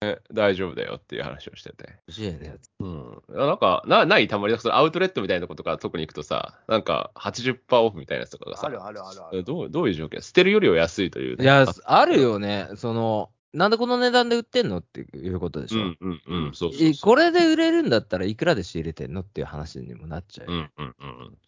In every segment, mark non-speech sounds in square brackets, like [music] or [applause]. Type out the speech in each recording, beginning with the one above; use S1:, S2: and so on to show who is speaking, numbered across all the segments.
S1: え大丈夫だよっていう話をしてて。
S2: 不自由なやつ。
S1: うん。なんか、なないたまに、そのアウトレットみたいなとことか特に行くとさ、なんか80%オフみたいなやつとかがさ、
S3: あるあるあるあ
S1: え
S3: る。
S1: どうどういう条件捨てるよりは安いという、
S2: いや、あるよね。その、なんでこの値段で売ってんのっていうことでし
S1: う
S2: ょ。
S1: んうんうん、そうそう
S2: い
S1: そう。
S2: これで売れるんだったらいくらで仕入れてんのっていう話にもなっちゃう。
S1: うんうんうん、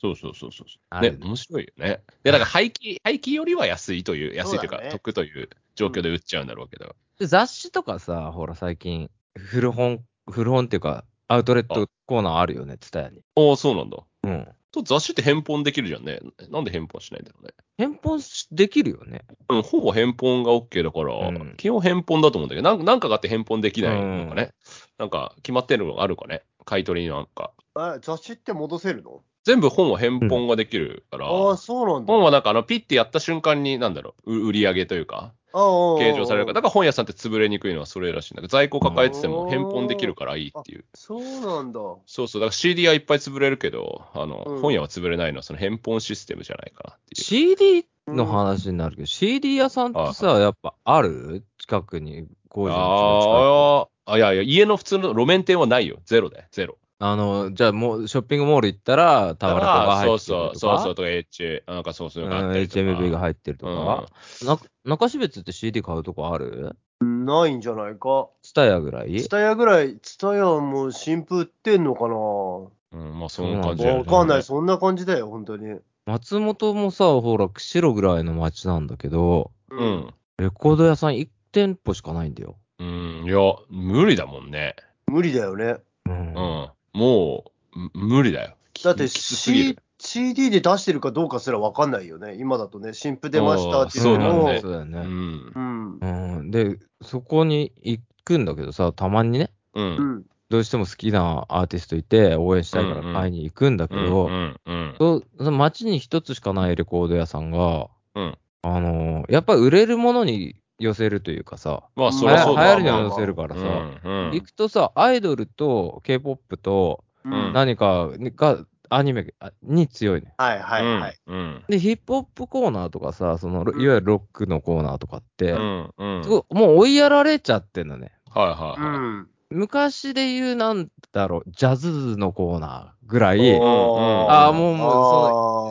S1: そうそうそうそうそう。
S2: あ
S1: ね
S2: る、ね
S1: 面白いよね。で、なんか廃棄、廃棄よりは安いという、安いという
S3: そ
S1: か、
S3: うだね
S1: 得という状況で売っちゃうんだろうけど。
S2: で雑誌とかさ、ほら最近、古本、古本っていうか、アウトレットコーナーあるよね、ツタヤに。
S1: ああ、そうなんだ。
S2: うん。
S1: と雑誌って返本できるじゃんね。なんで返本しないんだろうね。
S2: 返本しできるよね。
S1: うん、ほぼ返本が OK だから、
S2: うん
S1: 基本返本だと思うんだけど、なんなんかがあって返本できないのかね。なんか決まってるのがあるかね。買い取りなんか。
S3: え雑誌って戻せるの
S1: 全部本は返本ができるから、
S3: ああ、そうなんだ。
S1: 本はなんかあのピッてやった瞬間に、なんだろう、う売り上げというか、計
S3: 計
S1: 上されるから、だから本屋さんって潰れにくいのはそれらしいんだけど、在庫抱えてても返本できるからいいっていう。
S3: そうなんだ。
S1: そうそう、だから CD はいっぱい潰れるけど、あの、
S3: うん
S1: 本屋は潰れないのはその返本システムじゃないかなっていう。
S2: CD の話になるけど、CD 屋さんってさ、やっぱある近くに、工場の
S1: あーあ、いやいや、家の普通の路面店はないよ。ゼロだよ、ゼロ。
S2: 近くあの、じゃあもうショッピングモール行ったら、タワレコが入
S1: そ
S2: っ
S1: う
S2: てる
S1: そう、
S2: と
S1: そ
S2: か。
S1: うそう、とか、H、なんかそうそううい
S2: ん
S1: うのがあったりとか。
S2: HMV が入ってると
S1: うん
S2: か。な中標津って CD 買うとこある
S3: ないんじゃないか。
S2: ツタヤぐらい
S3: ツタヤぐらい、ツタヤも新風売ってんのかな
S1: うん、まあそんな感じだよ
S3: わ
S1: ね
S3: かんない、そんな感じだよ、本当に。
S2: 松本もさ、ほら、釧路ぐらいの町なんだけど、
S1: う。ん。
S2: レコード屋さん1店舗しかないんだよ。
S1: うん、いや、無理だもんね。
S3: 無理だよね。
S2: うん
S1: うん。もう、む無理だよ。き
S3: だって、
S1: きつすぎ
S3: C
S1: る。、
S3: CD で出してるかどうかすらわかんないよね。今だとね、新風出ましたってい
S1: そううだ
S3: のを。
S1: ね
S2: そうだよ
S1: う
S2: ね。
S1: ん。
S3: うん。
S2: うん。で、そこに行くんだけどさ、たまにね、
S1: う。
S3: うんん。
S2: どうしても好きなアーティストいて、応援したいから
S1: うんうん
S2: 会いに行くんだけ
S1: う
S2: ど、
S1: ん。うん。
S2: そうその街に一つしかないレコード屋さんが、
S1: うん
S2: あのーやっぱ売れるものに寄せるというかさ、
S1: まあ、そ
S2: は
S1: り
S2: や
S1: ゃそう
S2: 流
S1: だ
S2: 行
S1: わ
S2: るには
S3: の
S2: 寄せるからさ、
S1: うん。うん
S2: 行くとさ、アイドルと K-POP と
S3: う
S1: うん
S3: ん。はい
S2: 何かがアニメあに強いね。
S3: はいはい。。
S1: うん。
S2: で、ヒップホップコーナーとかさ、そのいわゆるロックのコーナーとかって、
S1: うん。うん。
S2: すごいもう追いやられちゃってんのね。
S1: はいは
S3: う
S1: いはい。
S3: ん。
S2: 昔で言う、なんだろう、ジャズのコーナーぐらい、
S1: おー
S2: ああ、もう、も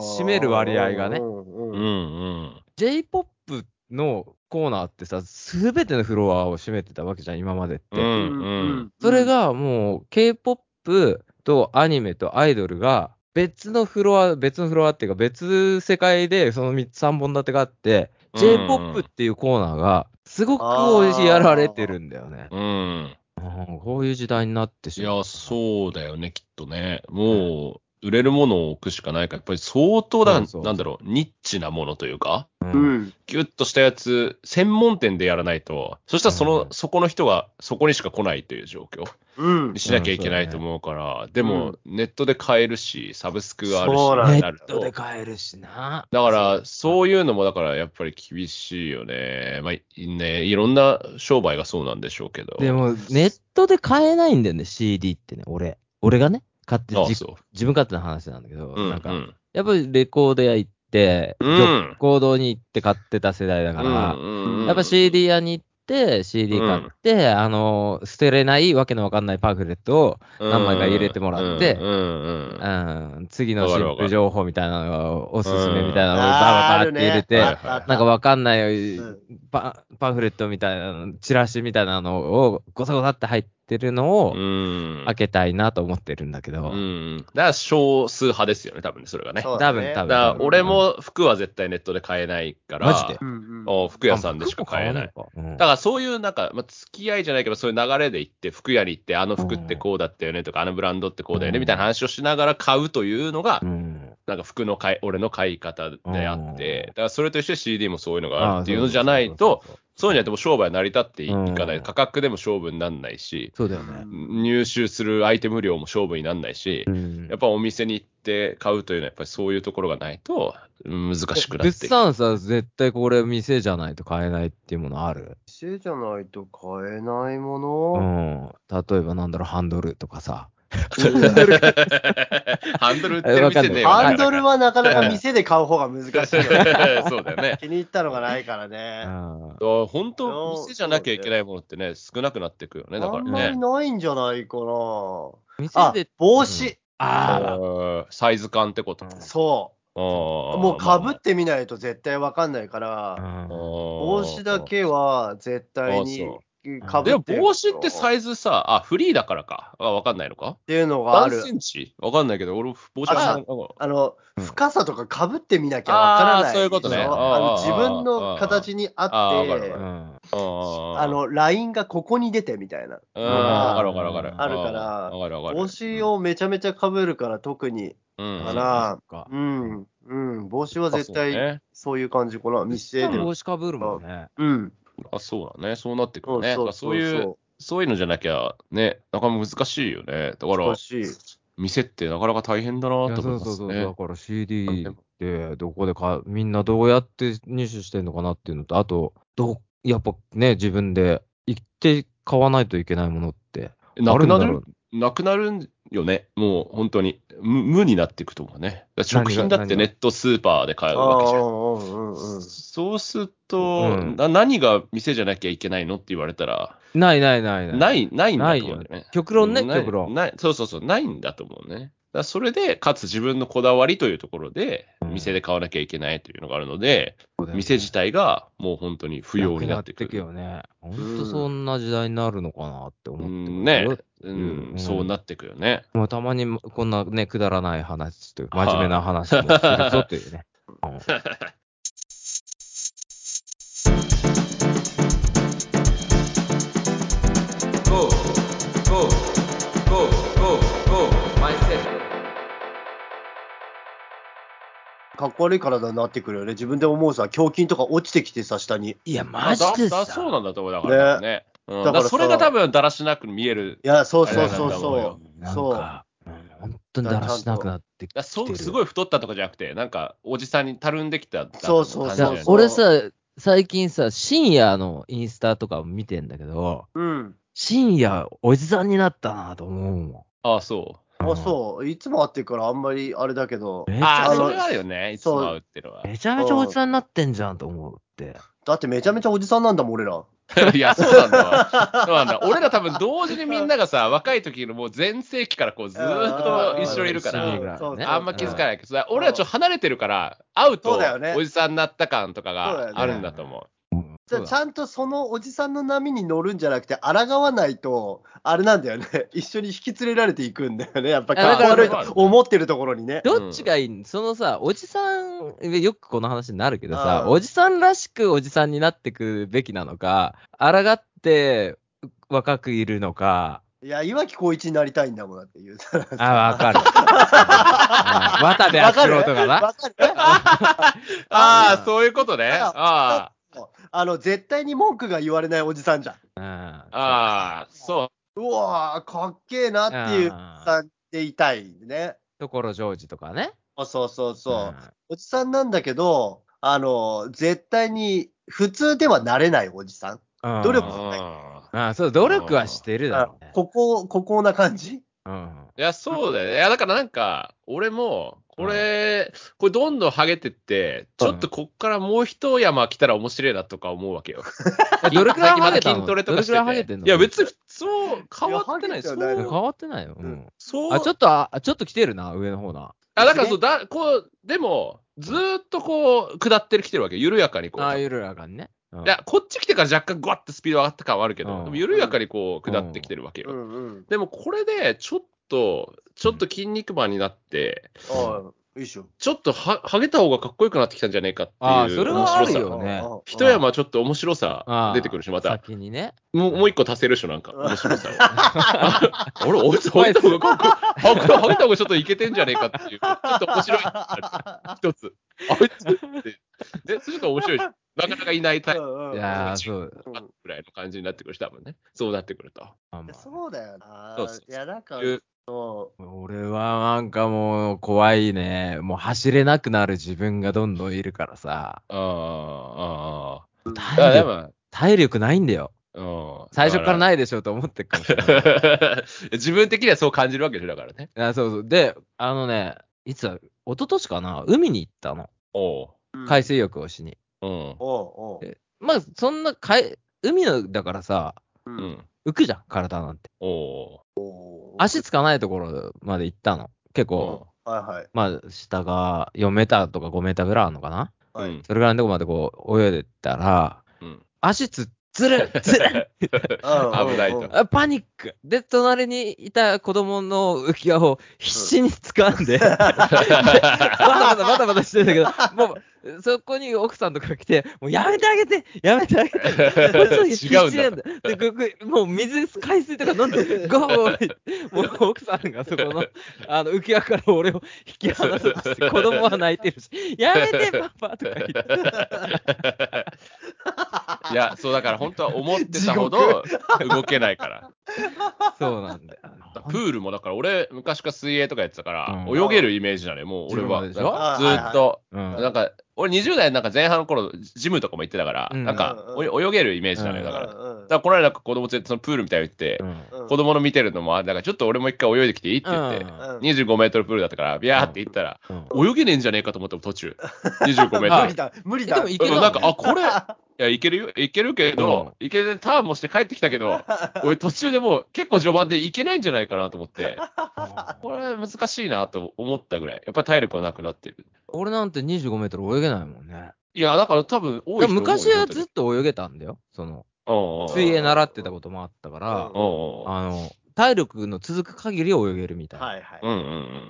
S2: うその
S3: う
S2: その占める割合がね
S1: うんうん。
S2: J-POP のコーナーってさ、すべてのフロアを占めてたわけじゃん、今までって。
S1: うんうん。
S2: それ、がもう K-POP とアニメとアイドルが別のフロア、別のフロアっていうか別世界でその3 3本立てがあって、
S1: うん
S2: J-POP っていうコーナーがすごく追いやられてるんだよね。
S1: うん。
S2: うんこういう時代になって
S1: い
S2: しまう。
S1: や、そうだよね、きっとね。もう、売れるものを置くしかないから、やっぱり相当だ、
S2: そうそう
S1: なんだろう、ニッチなものというか、
S2: うん。
S3: うん。
S1: ギュッとしたやつ、専門店でやらないと、そしたらその、
S2: うん
S1: そこの人がそこにしか来ないという状況
S3: うん
S1: に。しなきゃいけないと思うから、でも、ネットで買えるし、サブスクがあ
S3: そう
S1: る
S3: な
S1: し、
S3: ん
S1: に
S2: ネ
S1: なる
S2: ット
S1: と
S2: で。買えるしな。
S1: だから、そういうのも、だから、やっぱり厳しいよね。まあ、いね、いろんな商売がそうなんでしょうけど。
S2: でも、ネットで買えないんだよね、CD ってね、俺。俺がね、買って
S1: ああ、
S2: じ
S1: そ
S2: 自分勝手な話なんだけど、
S1: う。うん、
S2: なんか
S1: う、ん。
S2: やっぱりレコード屋行って、
S1: うん
S2: レコードに行って買ってた世代だから、
S1: うん
S2: やっぱ、CD 屋に行って、CD 買って、あの、捨てれないわけのわかんないパンフレットを、何枚か入れてもらって
S1: うんうんうんうん
S2: うん、次の新
S1: わかるわか
S2: 婦
S1: る
S2: 情報みたいなのがおすすめみたいなのを
S3: あ
S2: バーバー
S3: る
S2: って
S3: ね
S2: 入れて、
S3: あったあった
S2: なんかわかんな
S3: う
S2: い
S3: ん
S2: パパンフレットみたいなの、チラシみたいなのをごさごさって入ってるのを
S1: うん。
S2: 開けたいなと思ってるんだけ
S1: う
S2: ど、
S1: ん。だから少数派ですよね、多分ね、それがね。
S3: そう
S2: 多
S3: だ
S2: 分
S3: ね
S1: だ
S2: 多分。
S1: から俺も服は絶対ネットで買えないから、
S2: マジで
S3: うんうん
S1: お服屋さんでしか買えない。
S2: あ。
S1: だ
S2: だ
S1: からそういうなんか、まあ、付き合いじゃないけど、そういう流れで行って、服屋に行って、あの服ってこうだったよねとか、あのブランドってこうだよねみたいな話をしながら買うというのが、
S2: うん、
S1: なんか服の買い、俺の買い方であって
S2: うん、
S1: だからそれと一緒に CD もそういうのがあ
S2: あ
S1: るっていうのじゃないと、、そういうのやっても商売は成り立っていかな
S2: う
S1: い。
S2: ん
S1: 価格でも勝負にならないし、
S2: そうだよね。
S1: 入手するアイテム量も勝負にならないし、やっぱお店に行って買うというのは、やっぱりそういうところがないとうん難しくな
S2: 物
S1: っていく。
S2: 産さ、絶対これ店じゃないと買えないっていうものある。
S3: 店じゃないと買えないも
S2: う
S3: の、
S2: ん。例えばなんだろう、ハンドルとかさ、
S1: [laughs] ハンドル売ってる店ねえわ
S3: [laughs] ハンドルはなかなか
S2: うん
S3: 店で買う方が難しいよ
S2: [laughs]
S3: ね。
S1: そうだよね。
S3: 気に入ったのがないからね。
S2: あ
S1: だから本当、店じゃなきゃいけないものってね、少なくなっていくよね、だか
S3: あんま
S1: ら
S3: り
S1: ね。
S3: ないんじゃないかな。
S2: ー店
S3: あ
S2: で、、
S3: 帽子。
S2: あ
S1: うんサイズ感ってこと。
S3: そ
S1: あー
S3: う。もう被ってみないと絶対わかんないから、
S2: あ
S1: まあまあ
S2: ー
S3: 帽子だけは絶対に
S1: あ
S3: 被って
S1: でも帽子って
S3: イ
S1: サイズさ、あ、フリーだからか。あ、わかんないのか
S3: っていうのがあ
S1: 何
S3: る
S1: セ。ンチわかんないけど、俺、帽子
S3: あ
S1: は。
S3: あ
S2: う
S3: の、
S2: ん
S3: 深さとか被ってみなきゃわからな
S1: あ
S3: い。
S1: ーそういうことね
S3: でしょ
S1: あー
S3: あの
S1: あー
S3: 自分の形に合
S1: あー
S3: っ
S1: わか
S3: て
S1: るわ
S2: う、ん
S1: あ
S3: あ、の、ラインがここに出てみたいな。
S1: うんわかるわかるわかる。
S3: あるから
S1: うんわかるわかる。
S3: 帽子をめちゃめちゃ被るから特に、
S1: うん、
S3: か
S1: うん
S3: ら、
S2: そっか
S3: うん、うん、帽子は絶
S1: そう
S3: 対
S1: ね
S3: そういう感じかな、店で。
S2: 帽子かぶるもんね。
S3: うん、
S1: あ、そうだね。そうなってく
S3: そ
S1: る
S3: う
S1: ね。だ
S3: そ
S1: か
S3: う
S1: らそういう、そういうのじゃなきゃ、ね、なかなか難しいよね。だから
S3: 難、しい。
S1: 店ってなかなか大変だない
S2: や
S1: と
S2: そ
S1: 思い
S2: う
S1: ま
S2: そう
S1: す
S2: そう、
S1: ね
S2: だ。から CD ってどこでか、みんなどうやって入手してんのかなっていうのと、あと、どうやっぱね、自分で行って買わないといけないものって、
S1: なくな
S2: あんだろ
S1: る
S2: う、
S1: なくなるんよね。もう本当に。無無になっていくと思うね。だから食品だって
S2: 何が
S1: ネットスーパーで買
S3: あ
S1: うわけじゃん。
S3: ーうんうんうん
S1: そうすると、
S2: うん
S1: な何が店じゃなきゃいけないのって言われたら、
S2: ないないないない。
S1: ない、ないんだ
S2: な
S1: と
S2: い
S1: 思う
S2: よ
S1: んだよね。
S2: 極論ね、
S1: ない
S2: 極論。
S1: ない。そうそうそう、ないんだと思うね。だからそれで、かつ自分のこだわりというところで、
S2: うん
S1: 店で買わなきゃいけないというのがあるので、
S2: そうだよね
S1: 店自体がもう本当に不要になってく
S2: なく
S1: る。
S2: よね。本当そんな時代になるのかなって思っ
S1: う
S2: てます
S1: ん、ね、う、
S2: うんん
S1: そうなってくよね。
S2: もうたまにこんなね、くだらない話というか、真面目な話もするぞというね。うん
S3: かっこ悪い体になってくるよね。自分で思うさ、胸筋とか落ちてきてさ、下に。
S2: いや、
S1: あ
S2: マジ
S1: だ
S2: で
S1: だ
S2: さ。
S1: そうなんだと思うだからね。うん、だか
S3: だからら
S1: それが多分だらしなく見える
S3: いや、そうそうそう
S1: あれなんだも
S3: そ
S1: ん
S3: う。そう。
S2: う。ん本当にだらしなくなってき
S1: いや
S2: て
S1: そう
S2: る。
S1: すごい太ったとかじゃなくて、なんかおじさんにたるんできただ
S3: そうそう
S1: 感じ
S2: だ
S1: だ
S2: か
S1: よ
S3: そう
S1: ね
S2: ら俺さ、最近さ、深夜のインスタとかを見てんだけど、
S3: うん。
S2: 深夜、おじさんになったなと思うも
S1: ああ、そ
S2: ん。
S3: あ、そう。いつも会ってるからあんまりあれだけど
S2: う。。め
S1: う。
S2: ちゃ
S1: ああ、
S3: あの
S1: それはあるよね、いつも会うってのは。
S2: めちゃめちゃおじさんになってんじゃんと思うって。
S3: だってめちゃめちゃおじさんなんだもん、俺ら。
S1: [laughs] いや、そうなんだわ。そうなんだ。俺ら多分同時にみんながさ、若い時のもう全盛期からこうずーっと一緒にいるか
S2: うんうん
S1: ら
S2: うん。
S3: そうそうそう
S1: あんま気づかないけど、さ俺らちょっと離れてるから、会う
S3: そ
S1: と
S3: うだよね
S1: おじさんになった感とか
S3: そうだ
S1: が
S3: よね
S1: あるんだと思
S3: じゃあちゃんとそのおじさんの波に乗るんじゃなくて、抗わないと、あれなんだよね、 [laughs] 一緒に引き連れられていくんだよね、やっぱ
S2: いや
S3: かっこ
S2: だから
S3: 悪いと思ってるところにね。
S2: どっちがいいんそのさ、おじさん、よくこの話になるけどさ、
S3: うん
S2: おじさんらしくおじさんになってくべきなのか、抗って若くいるのか、
S3: いや、岩城浩一になりたいんだもんだって言うたら。
S2: あ、わかる。うん渡部篤郎とかな。
S3: わかる
S1: う。あ
S2: う
S1: あ、
S2: ん
S1: そういうことね。
S3: あ
S1: あ
S3: [laughs] あの、絶対に文句が言われないおじさんじゃん。
S2: うん
S1: あ、ああ、そう
S3: わー、かっけえなっていうおじさんでいたいね。
S2: ところジョージとかね。
S3: あそうそうそう。
S2: ん
S3: おじさんなんだけど、あの、絶対に普通ではなれないおじさん。
S2: うん
S3: 努
S1: う。
S3: 力
S1: う
S3: も
S1: ん
S2: あそう、努力はしてるだろうね。
S3: ここ、ここな感じ
S2: うん
S1: いや、そうだよね。いや、だからなんか、俺も、これ、これどんどんハゲてって、ちょっとこっからもう一山来たら面白いなとか思うわけよ。 [laughs]
S2: えどれくらいハゲたの
S1: 筋トレとかしてて。
S2: どれくらいハゲてんの
S1: いや、別にそう、変わってないい。
S3: やハゲて
S1: そ、
S3: はないう
S2: 変わってないよ。うん
S1: そう。
S2: あ、ちょっと、あ、ちょっと来てるな、上の方な。
S1: あ、だからそう、だ、こう、でも、ずーっとこう、下ってる来てるわけよ緩やかにこう。
S2: ああ、
S1: い
S2: ゆるあかんね。うん
S1: や、こっち来てから若干グワッてスピード上がった感はあるけ
S2: う
S1: ど、
S2: ん
S1: でも緩やかにこう、下ってきてるわけ
S3: う
S1: よ。
S3: んうん。
S1: でも、これで、ちょっと、ちょっと筋肉マンになって、
S3: ああ、いいっしょ。
S1: ちょっとは、ハゲた方がかっこよくなってきたんじゃねえかっていう。
S2: あーそれはあるよ
S1: 面白さ
S2: ね
S3: うん
S1: 一山ちょっと面白
S2: あ
S1: さ
S2: ー
S1: 出てくるし、また。
S2: 先にね。
S1: もう、もう一個足せるし、なん
S2: [laughs]
S1: か、面白さを。 [laughs] あれ、俺、ハゲた方がかっこハゲたハゲた方がちょっといけてんじゃねえかっていう。ちょっと面白
S2: [laughs]
S1: い。一つ。あいつって。で、それが面白いし。なかなかいないタイプ
S3: うんうん
S2: いやー、そう。
S3: うん
S1: ぐらいの感じになってくるし、多分ね。そうなってくると。
S2: まあまあ
S3: そうだよな
S1: そうそう。
S3: いや、なんか、
S1: いう
S3: そ
S2: 俺はなんかもう怖いね。もう走れなくなる自分がどんどんいるからさ。
S1: あーあー、ああ。だから
S2: 体
S1: で
S2: 力
S1: も、
S2: 体力ないんだよ。
S1: うん。
S2: 最初から
S1: い。
S2: ないでしょうと思ってるかもしれな
S1: [laughs]
S2: い。
S1: 自分的にはそう感じるわけでしょ、だからね。
S2: あそうそう。で、あのね、いつだ、一昨年かな、海に行ったの。
S1: おう。
S2: 海水浴をしに。
S1: うん。
S3: おうおう
S2: えまあ、そんな海、海のだからさ、
S3: う。
S1: うんん。
S2: 浮くじゃん、体なんて。
S1: おう。
S3: おう
S2: 足つかないところまで行ったの。結構、
S3: は
S2: まあ、下が4メーターとか5メーターぐらいあるのかな。
S3: いはい。は
S1: う
S3: い
S1: ん。
S2: それぐらいのとこまでこう、泳いでったら、
S1: うん。
S2: 足つ、
S1: [laughs]
S2: つる、つる、
S1: 危ないと
S3: うんうんうん
S2: あパニック。で、隣にいた子供の浮き輪を必死に掴ん
S1: [laughs]
S2: で、バタバタバタバタしてんだけど、もう、そこに奥さんとか来て、もうやめてあげて、やめてあげて。
S1: [laughs] 違うんだ
S2: 必死なんで、ぐぐもう水、海水とか飲んで、ゴーゴーもう奥さんがそこ
S1: [laughs]
S2: の、あの、浮き輪から俺を引き離そうとして、子供は泣いてるし、やめて、パパとか言っ
S1: [laughs]
S2: て。
S1: いや、そうだから本当は思ってたほど動けないから。
S2: そうなんだよ。
S1: プールもだから俺、昔から水泳とかやってたから、
S2: うん
S1: 泳げるイメージだね、もう俺は。
S2: 自分もでし
S1: ず
S2: ょ
S1: ーっと。
S2: うん
S1: なんか、俺20代なんか前半の頃、ジムとかも行ってたから、
S2: うん
S1: なんか、お泳げるイメージだね、だから。だか
S3: うんうん
S1: らこの間なんか子供連れてそのプールみたいに行って
S2: う、ん
S3: うん
S1: 子供の見てるのも、あ、だからちょっと俺も一回泳いできていいって言って、
S3: うん
S1: 25メートルプールだったから、ビャーって行ったら、
S2: うん
S1: 泳げねえんじゃねえかと思ったもん途中。25メ
S3: 無
S1: ートル。
S3: 理だ、無理
S2: え
S3: だ。
S2: でもい
S1: う
S2: け
S1: ん
S2: るわ
S1: なんか、あ、これ、いや、いけるよ、いけるけど、いけるターンもして帰ってきたけど、俺途中でもう結構序盤でいけないんじゃないかなと思って、これ難しいなと思ったぐらい。やっぱ体力がなくなってる。
S2: [laughs] 俺なんて25メートル泳げないもんね。
S1: いや、だから多分多い人多いよ
S2: 昔はずっ
S1: 本
S2: と泳げたんだよ。その、
S1: 当に
S2: 水泳習ってたこともあったから、
S1: うんうんうん
S2: あの、体力の続く限り泳げるみたいな。
S3: はいはい。
S1: うんうんうん。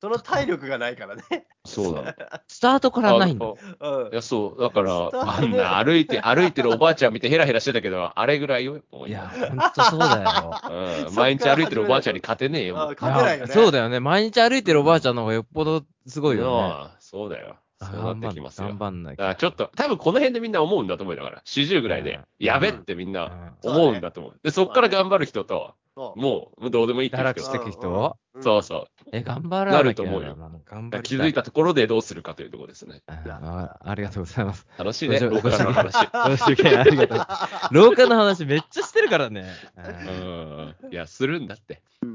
S3: その体力がないからね。
S1: そうだ。
S2: スタートからないんだ。
S1: あ
S3: うん
S1: い。や、そう。だから、
S3: スター
S1: あ
S3: ト
S1: ん
S3: ね
S1: な歩いて、歩いてるおばあちゃん見てヘラヘラしてたけど、あれぐらいよ。もう
S2: いや、ほんとそうだ
S1: [laughs]
S2: よ。
S1: うん、毎日歩いてるおばあちゃんに勝てねえよ。も
S3: あ
S1: う
S3: 勝てないよ
S2: い
S3: ね。
S2: やそうだよね。毎日歩いてるおばあちゃんの方がよっぽどすごいよね。
S1: なあそうだよ。そう
S2: 頑
S1: な
S2: 張
S1: っ
S2: ん
S1: てきますよ。
S2: 頑張んない
S1: だからちょっと、多分この辺でみんな思うんだと思うよだから、40ぐらいで、
S2: うん
S1: やべってみん
S2: う
S1: なん思うんだと思う。で、そっから頑張る人と、
S3: そう。
S1: もうどうでもいいって
S2: 堕
S1: いう
S2: 落
S1: 人
S2: し
S1: が
S2: てく人
S3: うん
S1: そうそ
S2: え、頑張ら
S1: な
S2: な
S1: る
S2: る
S1: と
S2: と
S1: 思
S2: 思
S1: う
S2: う
S1: よ
S2: よ。頑
S1: う。だか
S2: 張
S1: ら
S2: り
S1: 気づいたところでどうするかというところですね。
S2: うんあありがとうございます。
S1: 楽しいね、
S2: どうしよう
S1: 廊下の話。
S2: どうしようかありがとう。廊下の話めっちゃしてるからね。う
S1: うんん。いや、するんだって。
S3: うん